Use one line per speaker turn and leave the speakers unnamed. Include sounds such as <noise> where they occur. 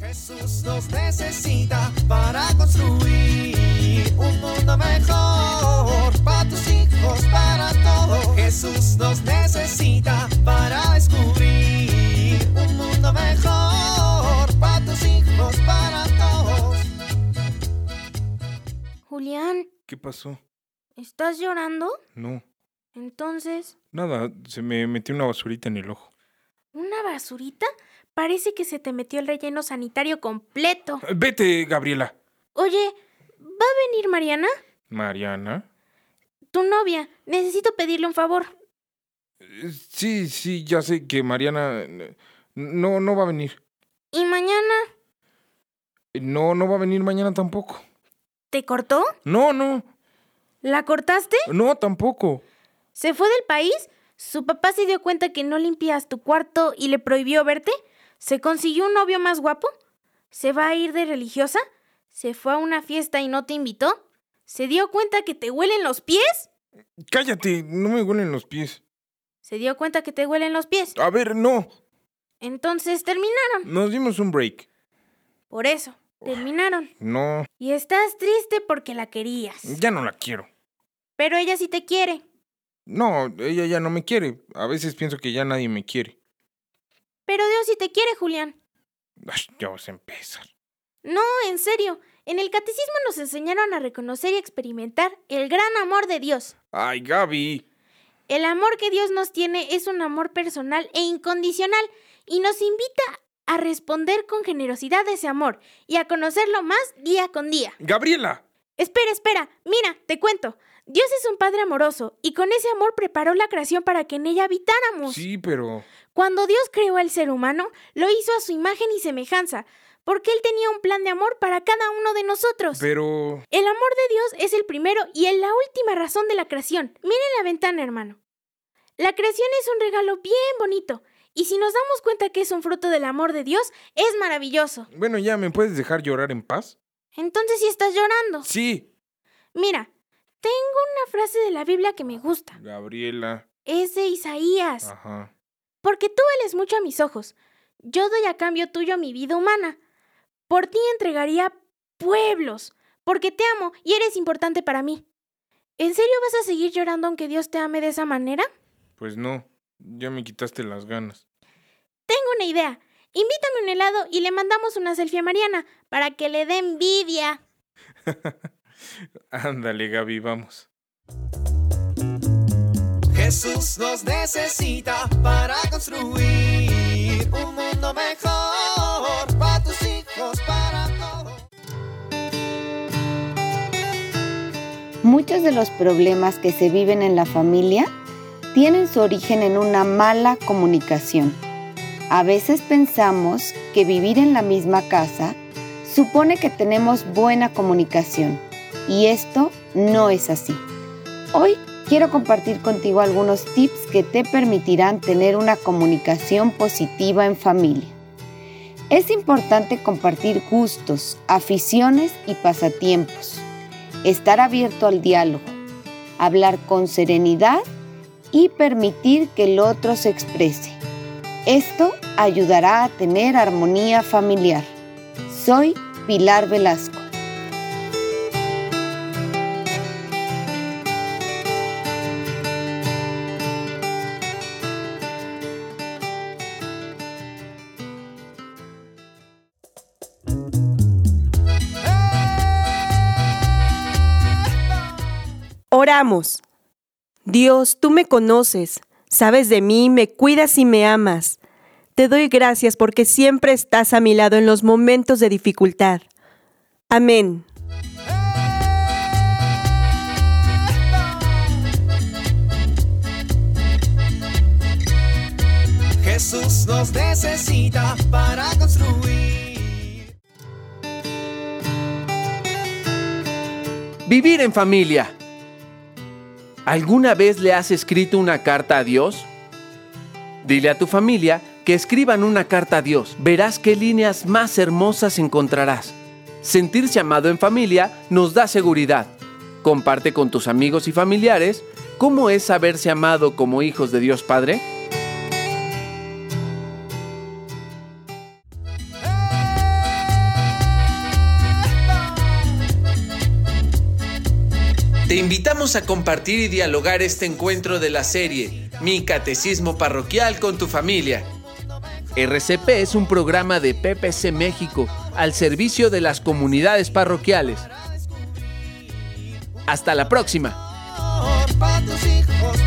Jesús nos necesita para construir un mundo mejor para tus hijos, para todos. Jesús nos necesita para descubrir un mundo mejor para tus hijos, para todos.
Julián,
¿Qué pasó?
¿estás llorando?
No,
Entonces,
nada, se me metió una basurita en el ojo.
¿una basurita? Parece que se te metió el relleno sanitario completo.
Vete, Gabriela.
Oye, ¿va a venir Mariana?
Mariana.
Tu novia. Necesito pedirle un favor.
Eh, Sí, sí, ya sé que Mariana eh, no, no va a venir.
¿Y mañana?
Eh, No, no va a venir mañana tampoco.
¿Te cortó?
No, no,
¿La cortaste?
no tampoco.
¿Se fue del país? ¿Su papá se dio cuenta que no limpias tu cuarto y le prohibió verte? ¿Se consiguió un novio más guapo? ¿Se va a ir de religiosa? ¿Se fue a una fiesta y no te invitó? ¿Se dio cuenta que te huelen los pies?
Cállate, no me huelen los pies.
¿Se dio cuenta que te huelen los pies?
A ver, no.
Entonces terminaron.
Nos dimos un break.
Por eso, terminaron.
No,
Y estás triste porque la querías.
ya no la quiero.
Pero ella sí te quiere.
No, ella ya no me quiere. A veces pienso que ya nadie me quiere.
Pero Dios sí te quiere, Julián.
Ay, ya vas a empezar.
No, en serio. En el catecismo nos enseñaron a reconocer y experimentar el gran amor de Dios.
Ay, Gaby.
El amor que Dios nos tiene es un amor personal e incondicional y nos invita a responder con generosidad a ese amor y a conocerlo más día con día.
Gabriela.
Espera, espera, mira, te cuento. Dios es un Padre amoroso y con ese amor preparó la creación para que en ella habitáramos.
Sí, pero...
Cuando Dios creó al ser humano, lo hizo a su imagen y semejanza, porque Él tenía un plan de amor para cada uno de nosotros.
Pero...
El amor de Dios es el primero y es la última razón de la creación. Miren la ventana, hermano. La creación es un regalo bien bonito, y si nos damos cuenta que es un fruto del amor de Dios, es maravilloso.
Bueno, ya, ¿me puedes dejar llorar en paz?
Entonces si estás llorando.
Sí.
Mira, tengo una frase de la Biblia que me gusta.
Gabriela.
Es de Isaías.
Ajá.
Porque tú eres mucho a mis ojos. Yo doy a cambio tuyo mi vida humana. Por ti entregaría pueblos, porque te amo y eres importante para mí. ¿En serio vas a seguir llorando aunque Dios te ame de esa manera?
Pues no, ya me quitaste las ganas. <laughs>
Tengo una idea. Invítame un helado y le mandamos una selfie a Mariana para que le dé envidia.
Ándale, Gaby, vamos.
Jesús nos necesita para construir un mundo mejor para tus hijos, para todos.
Muchos de los problemas que se viven en la familia tienen su origen en una mala comunicación. A veces pensamos que vivir en la misma casa supone que tenemos buena comunicación y esto no es así. Hoy quiero compartir contigo algunos tips que te permitirán tener una comunicación positiva en familia. Es importante compartir gustos, aficiones y pasatiempos estar abierto al diálogo, hablar con serenidad y permitir que el otro se exprese. Esto ayudará a tener armonía familiar. Soy Pilar Velasco.
Oramos. Dios, tú me conoces, sabes de mí, me cuidas y me amas. Te doy gracias porque siempre estás a mi lado en los momentos de dificultad. Amén.
Jesús nos necesita para construir.
Vivir en familia. ¿Alguna vez le has escrito una carta a Dios? Dile a tu familia que escriban una carta a Dios. Verás qué líneas más hermosas encontrarás. Sentirse amado en familia nos da seguridad. Comparte con tus amigos y familiares cómo es saberse amado como hijos de Dios Padre. Te invitamos a compartir y dialogar este encuentro de la serie Mi Catecismo Parroquial con tu familia. RCP es un programa de PPC México al servicio de las comunidades parroquiales. Hasta la próxima.
Para Oh, tus hijos,